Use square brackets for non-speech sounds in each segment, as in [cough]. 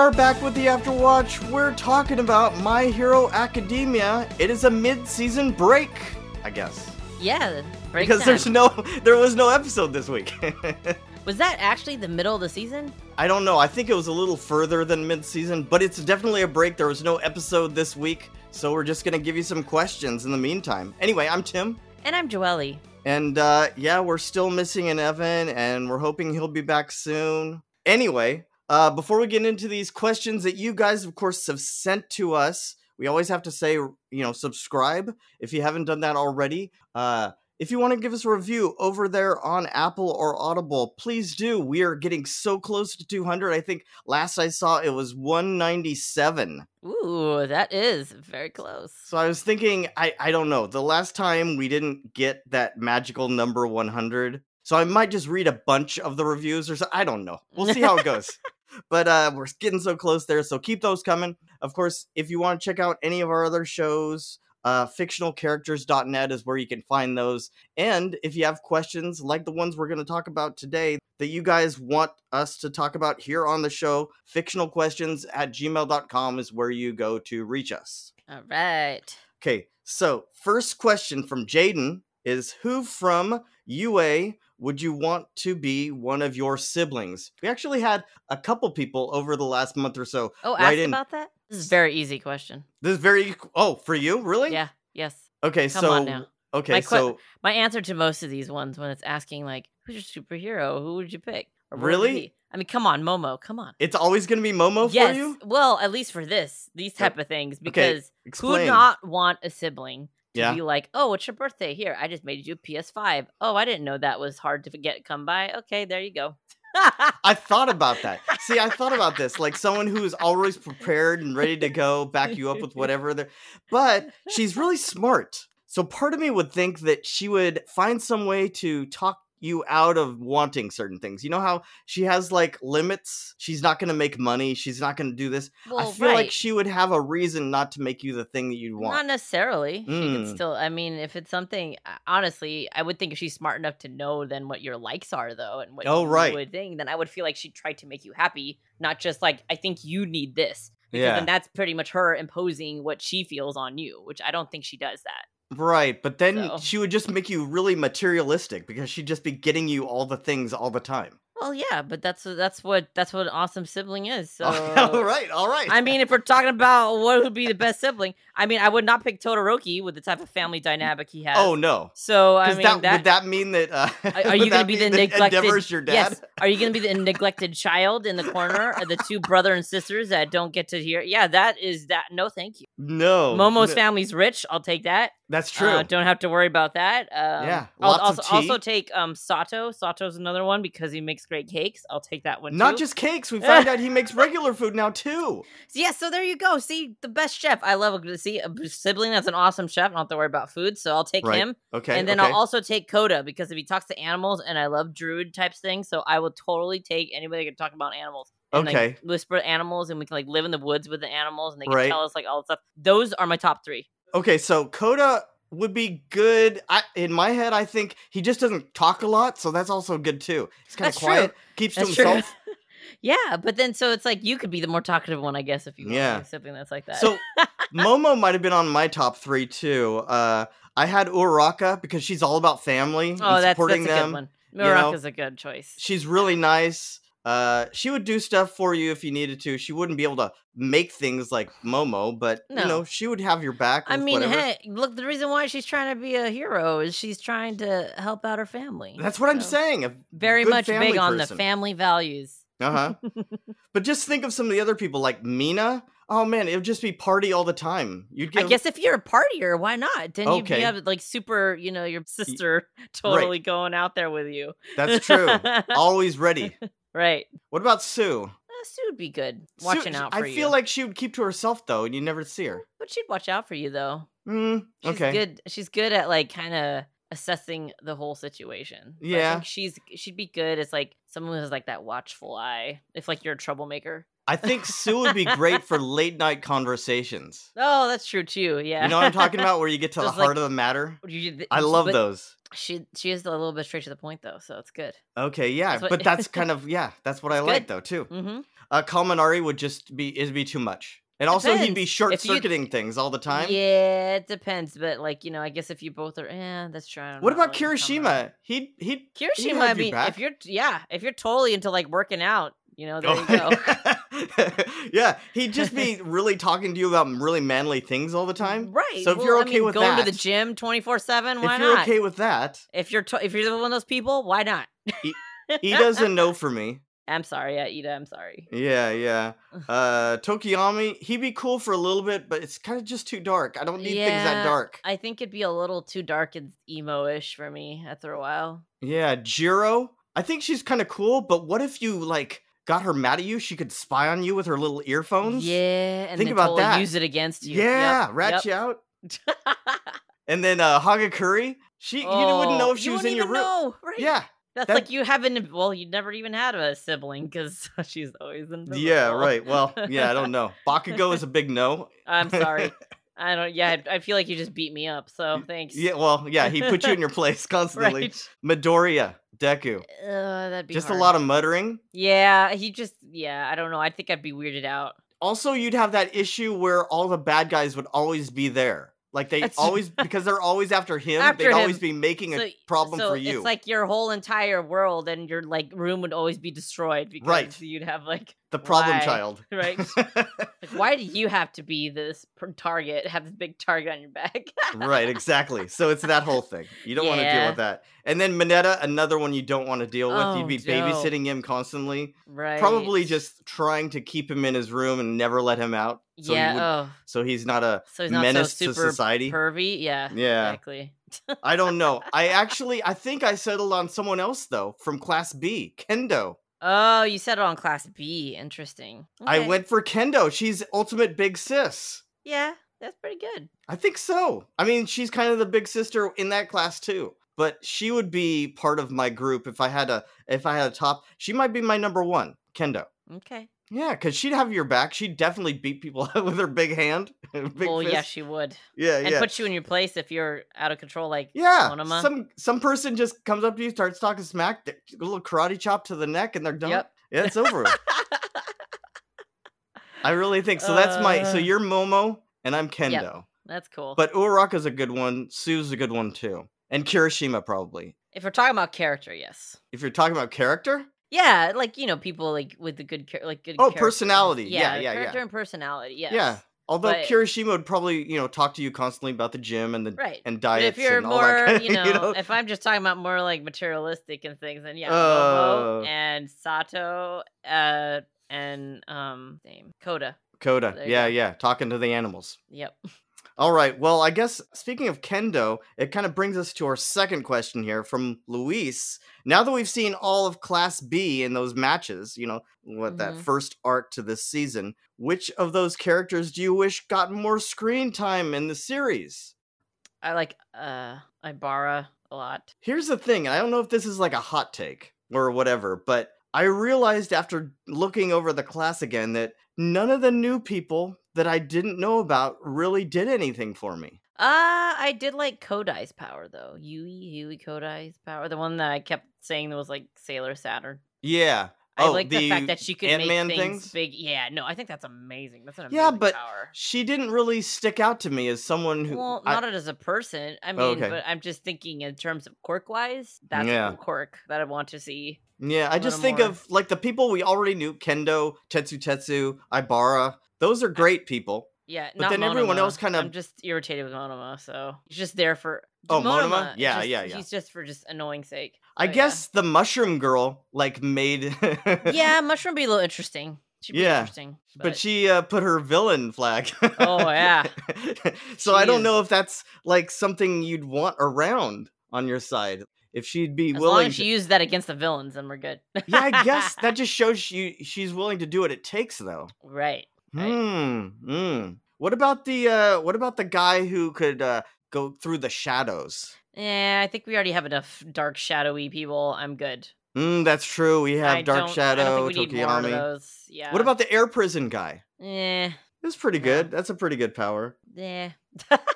are back with the Afterwatch. We're talking about My Hero Academia. It is a mid-season break, I guess, Yeah, break because time. there's no, there was no episode this week. [laughs] Was that actually the middle of the season? I don't know. I think it was a little further than mid-season, but it's definitely a break. There was no episode this week, so we're just gonna give you some questions in the meantime. Anyway, I'm Tim. And I'm Joelle. And uh, yeah, we're still missing an Evan, and we're hoping he'll be back soon. Anyway, uh, before we get into these questions that you guys, of course, have sent to us, we always have to say, you know, subscribe if you haven't done that already. Uh, if you want to give us a review over there on Apple or Audible, please do. We are getting so close to 200. I think last I saw it was 197. Ooh, that is very close. So I was thinking, I, I don't know. The last time we didn't get that magical number 100. So I might just read a bunch of the reviews or so. I don't know. We'll see how it goes. But uh, we're getting so close there. So keep those coming. Of course, if you want to check out any of our other shows, uh, fictionalcharacters.net is where you can find those. And if you have questions like the ones we're going to talk about today that you guys want us to talk about here on the show, fictionalquestions at gmail.com is where you go to reach us. All right. Okay, so first question from Jaden is who from UA would you want to be one of your siblings? We actually had a couple people over the last month or so. Oh, Right ask in. about that? This is a very easy question. This is very oh, for you, really? Yeah, yes. Okay, Come so on now. okay, My que- so My answer to most of these ones when it's asking, like, who's your superhero? Who would you pick? Or what would you Really? be? I mean, come on, Momo, come on. it's always going to be Momo yes. for you? Well, at least for this, these type of things, because who Explain. would not want a sibling to yeah. be like, oh, it's your birthday. Here, I just made you a PS5. Oh, I didn't know that was hard to get come by. Okay, there you go. [laughs] I thought about that. See, I thought about this. Like someone who is always prepared and ready to go, back you up with whatever. They're... But she's really smart. So part of me would think that she would find some way to talk you out of wanting certain things. You know how she has like limits? She's not going to make money. She's not going to do this. well, I feel right. like she would have a reason not to make you the thing that you'd Not want. necessarily. She could Mm. still. I mean, if it's something, uh, honestly, I would think if she's smart enough to know then what your likes are, though, and what Oh, you right. would think, then I would feel like she tried to make you happy, not just like I think you need this. Because Yeah. then that's pretty much her imposing what she feels on you, which I don't think she does that. right. But then So. she would just make you really materialistic because she'd just be getting you all the things all the time. [laughs] Well, yeah, but that's that's what that's what an awesome sibling is. [laughs] So all right. All right. I mean, if we're talking about what would be the best sibling, I mean, I would not pick Todoroki with the type of family dynamic he has. Oh no. so I Because mean, that, that, would that mean that uh, [laughs] Are- are would you going that to be the mean that neglected? Endeavor's your dad? Yes. Are you going to be the neglected child in the corner? Or the two brother and sisters that don't get to hear? Yeah, that is that. No, thank you. No. Momo's Oh, no, family's rich. I'll take that. That's Uh, true. don't have to worry about that. Um, Yeah, I'll lots of also also tea. take um Sato. Sato's another one because he makes great cakes. I'll take that one. Not too. just [laughs] cakes. We found out he makes regular food now too. Yeah, so there you go. See, the best chef. I love to see a b- sibling that's an awesome chef. I don't have to worry about food, so I'll take Right. him. Okay. and then okay. I'll also take Coda because if he talks to animals, and I love druid types things, so I will totally take anybody that can talk about animals. And, Okay. Like, whisper animals, and we can like live in the woods with the animals, and they can Right. tell us like all the stuff. Those are my top three. Okay. So Coda would be good. I, in my head, I think he just doesn't talk a lot, so that's also good too. He's kind of That's true. quiet, keeps to That's true. himself. yeah, but then so it's like you could be the more talkative one, I guess, if you want Yeah. yeah. something that's like [laughs] that. Oh, So Momo might have been on my top three too. Uh, I had Uraka because she's all about family and oh, that's, that's a supporting them. good one. know? Muraka's a good choice. she's really nice. Uh, she would do stuff for you if you needed to. She wouldn't be able to make things like Momo, but you No. know she would have your back. I with mean, whatever. hey, look, the reason why she's trying to be a hero is she's trying to help out her family. that's what I'm So, saying. A Very good much family big on the person. family values. [laughs] Uh huh. but just think of some of the other people, like Mina. Oh man, it would just be party all the time. You'd get I guess if you're a partier, why not? Then you Okay. you have like super, you know, your sister [laughs] totally going out there with you. that's [laughs] true. Always ready. right. What about Sue? Uh, Sue would be good Sue- watching out for I you. feel like she would keep to herself though, and you never see her. but she'd watch out for you though. Mm, She's okay. good. She's good at like kind of assessing the whole situation. So I Yeah. think she's she'd be good as like someone who has like that watchful eye. If like you're a troublemaker. I think Sue would be great for late night conversations. Oh, that's true too. Yeah. You know what I'm [laughs] talking about, where you get to the Just like- heart of the matter. You- th- I love but those. She she is a little bit straight to the point though, so it's good. Okay, yeah, That's what- [laughs] but that's kind of yeah, that's what I It's like good. though too. Mm-hmm. Uh, Kalmanari would just be it'd be too much, and also he'd be Depends. short If you- circuiting things all the time. Yeah, it depends. But like, you know, I guess if you both are, eh, that's true. I don't What know, about I wouldn't comment on it. Kirishima? He'd he'd Kirishima, have you I mean, back. if you're, yeah, if you're totally into like working out, [laughs] you know, there Oh. you go. [laughs] yeah, he'd just [laughs] be really talking to you about really manly things all the time. Right. So if well, you're I okay mean, with going to the that- gym 24 7, Mm, why if you're not? okay with that, If you're to- if you're one of those people, why not? E, [laughs] he doesn't know for me. I'm sorry, yeah, Ida. I'm sorry. Yeah, [laughs] yeah. Uh Tokiyami, he'd be cool for a little bit, but it's kind of just too dark. I don't need things that Yeah, dark. I think it'd be a little too dark and emo-ish for me after a while. Yeah, Jiro. I think she's kind of cool, but what if you like got her mad at you? She could spy on you with her little earphones. Yeah, and Think then about totally that. use it against you. Yep, Yeah, rat yep. you out. [laughs] And then uh Hagakuri, she you wouldn't know Oh, if she you was in wouldn't your even room. know, right? Yeah, that's that- like you haven't. Well, you never even had a sibling because [laughs] she's always in. yeah, right. Well, yeah, I [laughs] don't know. Bakugo is a big no. [laughs] I'm sorry. I don't. Yeah, I, I feel like you just beat me up. So thanks. Yeah, well, yeah, he put you in your place constantly. [laughs] right. Midoriya, Deku. Uh, that'd be Just hard. a lot of muttering. Yeah, he just. Yeah, I don't know. I think I'd be weirded out. Also, you'd have that issue where all the bad guys would always be there. Like they That's- [laughs] always because they're always after him, After they'd always him. be making So- a problem so for you. It's like your whole entire world and your like room would always be destroyed because Right. you'd have like the problem why? child. right. [laughs] Like, why do you have to be this pr- target? Have this big target on your back? [laughs] right, exactly. So it's that whole thing. You don't want to deal Yeah. with that. And then Mineta, another one you don't want to deal with. Oh, You'd be no. babysitting him constantly. right. Probably just trying to keep him in his room and never let him out. So, he yeah. would- oh, so he's not a so he's not menace so to super society. pervy. Yeah. Yeah. Exactly. I don't know. [laughs] I actually, I think I settled on someone else though from Class B, Kendo. Oh, you said it on class B. Interesting. I Okay. went for Kendo. She's ultimate big sis. Yeah, that's pretty good. I think so. I mean, she's kind of the big sister in that class too. But she would be part of my group if I had a if I had a top. She might be my number one, Kendo. Okay. Yeah, because she'd have your back. She'd definitely beat people [laughs] up with her big hand. [laughs] big well, Oh, yeah, fist. she would, yeah, and yeah. put you in your place if you're out of control. Like, yeah, Monoma. some some person just comes up to you, starts talking smack, th- a little karate chop to the neck, and they're done. Yep. Yeah, it's over. [laughs] with. I really think so. That's my so Uh, you're Momo and I'm Kendo. that's cool. But Uraraka's a good one. Sue's a good one too, and Kirishima probably. if we're talking about character, yes. If you're talking about character, Yeah, like you know, people like with the good, char- like good. Oh, character- personality. Yeah, yeah, character yeah. and personality. Yes. yeah. Although but- Kirishima would probably you know talk to you constantly about the gym and the Right. and But diets if you're and all more, that. kind- [laughs] you, know, if I'm just talking about more like materialistic and things, then yeah, Oh. Momo and Sato, uh, and um, name Coda. Coda. There you Yeah, go. yeah. Talking to the animals. Yep. All right. Well, I guess speaking of kendo, it kind of brings us to our second question here from Luis. Now that we've seen all of Class B in those matches, you know, what that Mhm. first arc to this season, which of those characters do you wish got more screen time in the series? I like uh Ibarra a lot. Here's the thing, and I don't know if this is like a hot take or whatever, but I realized after looking over the class again that none of the new people that I didn't know about really did anything for me. Uh I did like Kodai's power though. Yui Yui Kodai's power, the one that I kept saying that was like Sailor Saturn. Yeah. I Oh, like the, fact that she could Ant-Man make things, things? big. Yeah, no, I think that's amazing. That's an amazing Yeah, but power. she didn't really stick out to me as someone who Well, I- not it as a person. I mean, Oh, okay. but I'm just thinking in terms of quirk wise. That's Yeah. a cool quirk that I want to see. yeah i just little think more. of like the people we already knew kendo tetsu tetsu ibarra those are great people Yeah, But not then everyone Monoma. else kind of- I'm just irritated with Monoma, so he's just there for. Oh, Monoma? is Yeah, just- yeah, yeah. He's just for just annoying sake. i So, Oh, yeah. guess the mushroom girl like made yeah, mushroom be a little interesting. She'd be Yeah, interesting. But, [laughs] but she uh, put her villain flag Oh, yeah. [laughs] so i don't Jeez. know if that's like something you'd want around on your side if she'd be as willing long as to she used that against the villains, then we're good. yeah i guess that just shows she she's willing to do what it takes though [laughs] right. right. Hmm. Hmm. What about the uh what about the guy who could uh go through the shadows? Yeah, I think we already have enough dark shadowy people. I'm good. Mm, that's true. We have I Dark don't- Shadow, I don't think we need more of Tokiyami. those. Yeah. Eh, What about the air prison guy? Yeah. It's pretty Yeah. good. That's a pretty good power. Yeah. [laughs]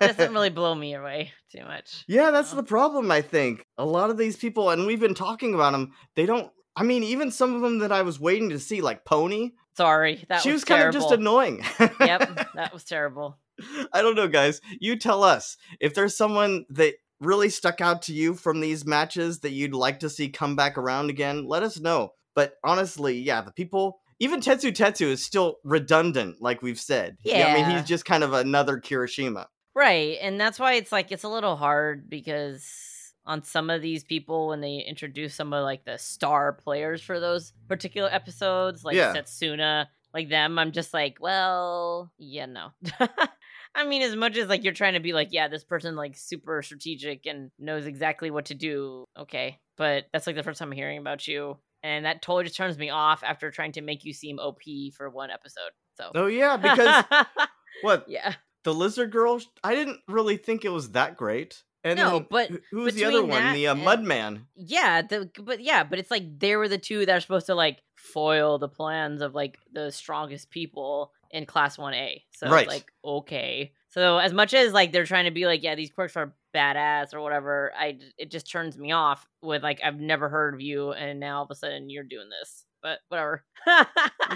Doesn't really blow me away too much. [laughs] yeah, that's Oh. the problem I think. A lot of these people and we've been talking about them, they don't I mean, even some of them that I was waiting to see, like Pony, Sorry, that she was, kind terrible. of just annoying. [laughs] yep, that was terrible. I don't know, guys. You tell us if there's someone that really stuck out to you from these matches that you'd like to see come back around again. Let us know. But honestly, yeah, the people, even Tetsu Tetsu is still redundant, like we've said. I mean, Yeah. he's just kind of another Kirishima. Right, and that's why it's like it's a little hard because on some of these people when they introduce some of like the star players for those particular episodes, like Yeah. Setsuna, like them, I'm just like, well, yeah, no. [laughs] I mean, as much as like you're trying to be like, yeah, this person like super strategic and knows exactly what to do, okay, but that's like the first time I'm hearing about you, and that totally just turns me off after trying to make you seem OP for one episode. So Oh, [laughs] yeah, because what? yeah. The Lizard Girl, I didn't really think it was that great. And No, then but who- who was the other between one? that The uh, and- Mudman. Yeah, the, but yeah, but it's like they were the two that are supposed to like foil the plans of like the strongest people in class 1A. So Right. it's like okay. So as much as like they're trying to be like yeah, these quirks are badass or whatever, I d- it just turns me off with like I've never heard of you and now all of a sudden you're doing this. But whatever. [laughs]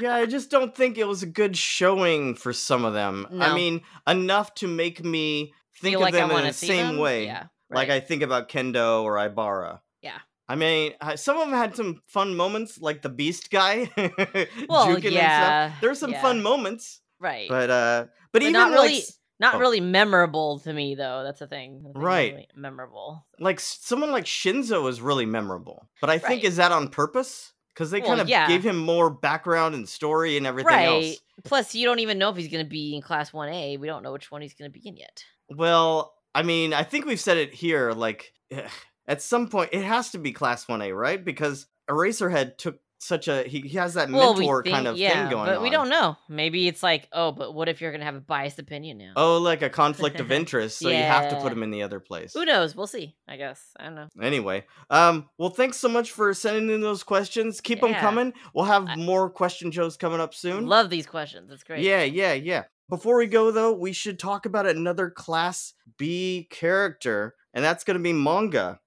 yeah, I just don't think it was a good showing for some of them. I No. mean, enough to make me think Feel of like I them in want the to see same them. way. Yeah. like I think about Kendo or Ibarra. Yeah. I mean, uh, some of them had some fun moments, like the Beast guy. [laughs] well, juking himself. yeah. There's some yeah, fun moments, Right. but uh, but, even not like really- s- Not oh. really memorable to me though. That's the thing. Nothing Right. really memorable. like s- someone like Shinzo is really memorable. But I think Right. is that on purpose? Because they Well, kind of yeah. gave him more background and story and everything else. Plus, you don't even know if he's going to be in class 1A. We don't know which one he's going to be in yet. Well, I mean, I think we've said it here. Like, eh, at some point, it has to be Class One A, right? Because Eraserhead took such a he, he has that well, mentor we think, kind of yeah, thing going but on. we don't know. Maybe it's like, oh, but what if you're going to have a biased opinion now? Oh, like a conflict of interest, so you have to put Yeah. him in the other place. Who knows? We'll see. I guess. I don't know. Anyway, um, well, thanks so much for sending in those questions. Keep them Yeah. coming. We'll have I- more question shows coming up soon. Love these questions. It's great. Yeah, [laughs] yeah, yeah. Before we go though, we should talk about another class B character, and that's gonna be manga.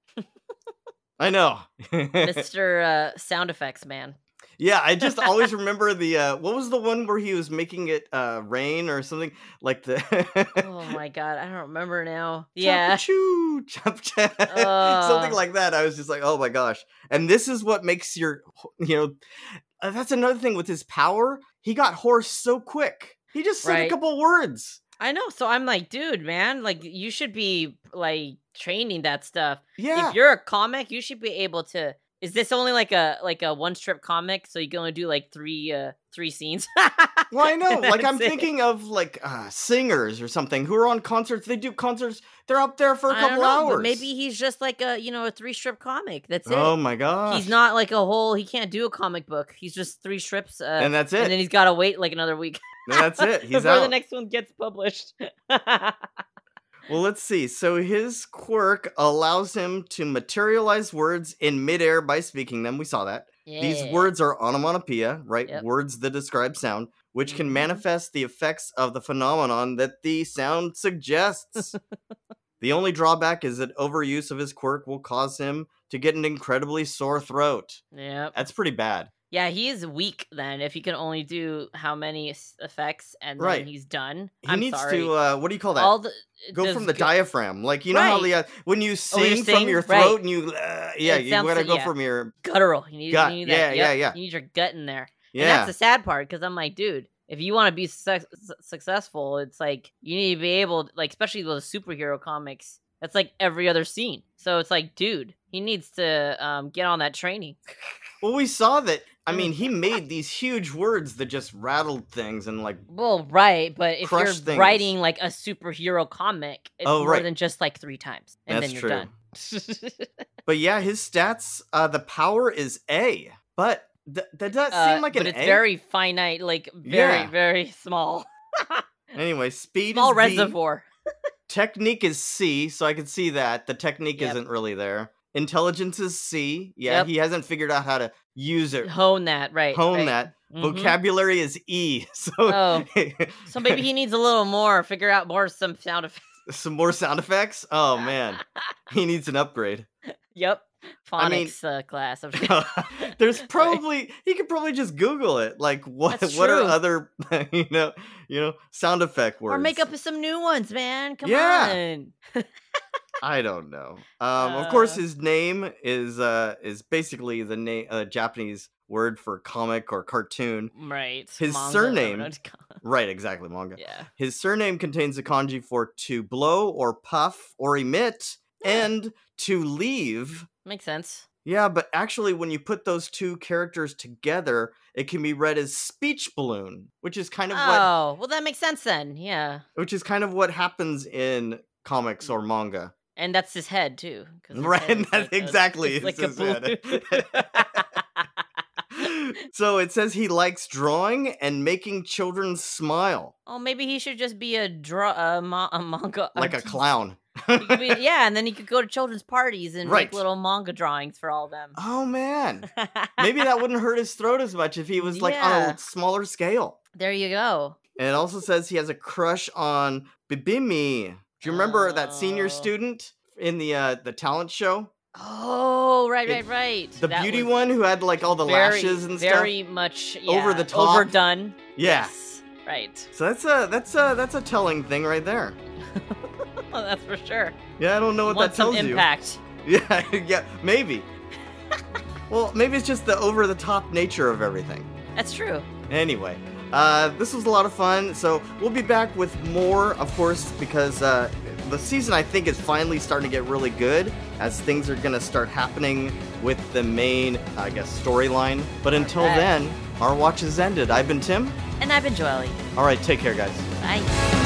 I know. Mr. Uh, sound effects man. [laughs] yeah, I just always remember the uh what was the one where he was making it uh rain or something like the [laughs] Oh my god, I don't remember [laughs] now. Yeah. Choo, chop, chop, [laughs] something Ugh. like that. I was just like, oh my gosh. And this is what makes your, you know, uh, that's another thing with his power. He got hoarse so quick. He just said a Right. couple words. I know. So I'm like, dude, man, like you should be like training that stuff. Yeah. if you're a comic, you should be able to. Is this only like a like a one strip comic? So you can only do like three uh three scenes. Well, I [laughs] know. Like I'm That's it. thinking of like uh, singers or something who are on concerts. They do concerts. They're up there for a I couple don't know, hours. but maybe he's just like a you know a three strip comic. That's it. Oh my god. he's not like a whole. He can't do a comic book. He's just three strips. Uh, And that's it. and then he's got to wait like another week And that's [laughs] it. He's before out. the next one gets published. [laughs] Well, let's see. So his quirk allows him to materialize words in midair by speaking them. We saw that. These Yeah. words are onomatopoeia, right? Yep. Words that describe sound, which can Mhm. manifest the effects of the phenomenon that the sound [laughs] suggests. the only drawback is that overuse of his quirk will cause him to get an incredibly sore throat. Yep. That's pretty bad. Yeah, he is weak then if he can only do how many s- effects and then Right. he's done. He I'm needs sorry. to uh what do you call that? All the go does from the go- diaphragm. Like you know how Right. the uh, when you sing, you're from singing? your Right. throat and you uh, yeah, It you sounds gotta so- go yeah. from your guttural. You need, Gut. you need Yeah, that. yeah, yep, yeah. You need your gut in there. And yeah. that's the sad part because I'm like, dude, if you want to be suc- su- successful, it's like you need to be able, like, especially with superhero comics, that's like every other scene. So it's like, dude, he needs to um, get on that training. Well, we saw that. I Mm. mean, he made these huge words that just rattled things and like. Well, right, but if Crush you're things. writing like a superhero comic, it's Oh, more right. than just like three times, and That's then you're true. done. But yeah, his stats. Uh, the power is A, but th- [laughs] that does Uh, seem like but an it's A. very finite, like very, Yeah. very small, Anyway, speed small is B, reservoir. Technique is C, so I can see that the technique Yep. isn't really there. Intelligence is C. Yeah, Yep. Mm-hmm. he hasn't figured out how to use [laughs] it. Hone that, right? Hone right. that. Mhm. Vocabulary is E. [laughs] So Oh. So maybe he needs a little more. Figure out more some sound effects. Oh, [laughs] some more sound effects. Oh man, he needs an upgrade. yep. I mean- phonics uh, class. [laughs] I'm just kidding. [laughs] There's Sorry. probably he could probably just Google it. Like what That's what are true. other [laughs] you know you know sound effect words? [laughs] or make up some new ones, man. Come Yeah. on. I don't know. Um, of course, Uh. his name is uh is basically the name uh, Japanese word for comic or [laughs] cartoon. Right. His manga, surname- I don't know. Right, exactly manga. yeah. His surname contains the kanji for to blow or puff or emit Yeah. and to leave. Makes sense. Yeah, but actually, when you put those two characters together, it can be read as speech balloon, which is kind of what Oh, well, that makes sense then. Yeah. which is kind of what happens in Mm. comics or [laughs] manga. [laughs] And that's his head, too. 'cause his Right, head is that's like a- exactly it's it's like a his balloon. [laughs] head. so it says he likes drawing and making children smile Oh, maybe he should just be a draw a, ma- a manga like a artist. clown. He could be- yeah, and then he could go to children's parties and Right. make little manga drawings for all them. oh man. Maybe that wouldn't hurt his throat as much [laughs] if he was like on Yeah. a smaller scale. [laughs] there you go. And it also says he has a crush on Bibimi. Do you remember that senior Oh. student in the uh, the talent show? Oh, right, It- right, right. The That beauty was one who had like all the very, lashes and very stuff. much yeah, Over the top. overdone. Yeah. Yes, right. [laughs] So that's a that's a that's a telling thing right there. Well, that's for sure. Yeah, I don't know what Want that some tells impact? you. [laughs] Yeah, yeah, maybe. well, maybe it's just the over the top nature of everything. That's true. Anyway, uh, this was a lot of fun. So we'll be back with more, of course, because uh, the season I think is finally starting to get really good as things are going to start happening with the main, I guess, storyline. But until Alright. then, our watch has ended. I've been Tim. And I've been Joely. All right, take care, guys. Bye.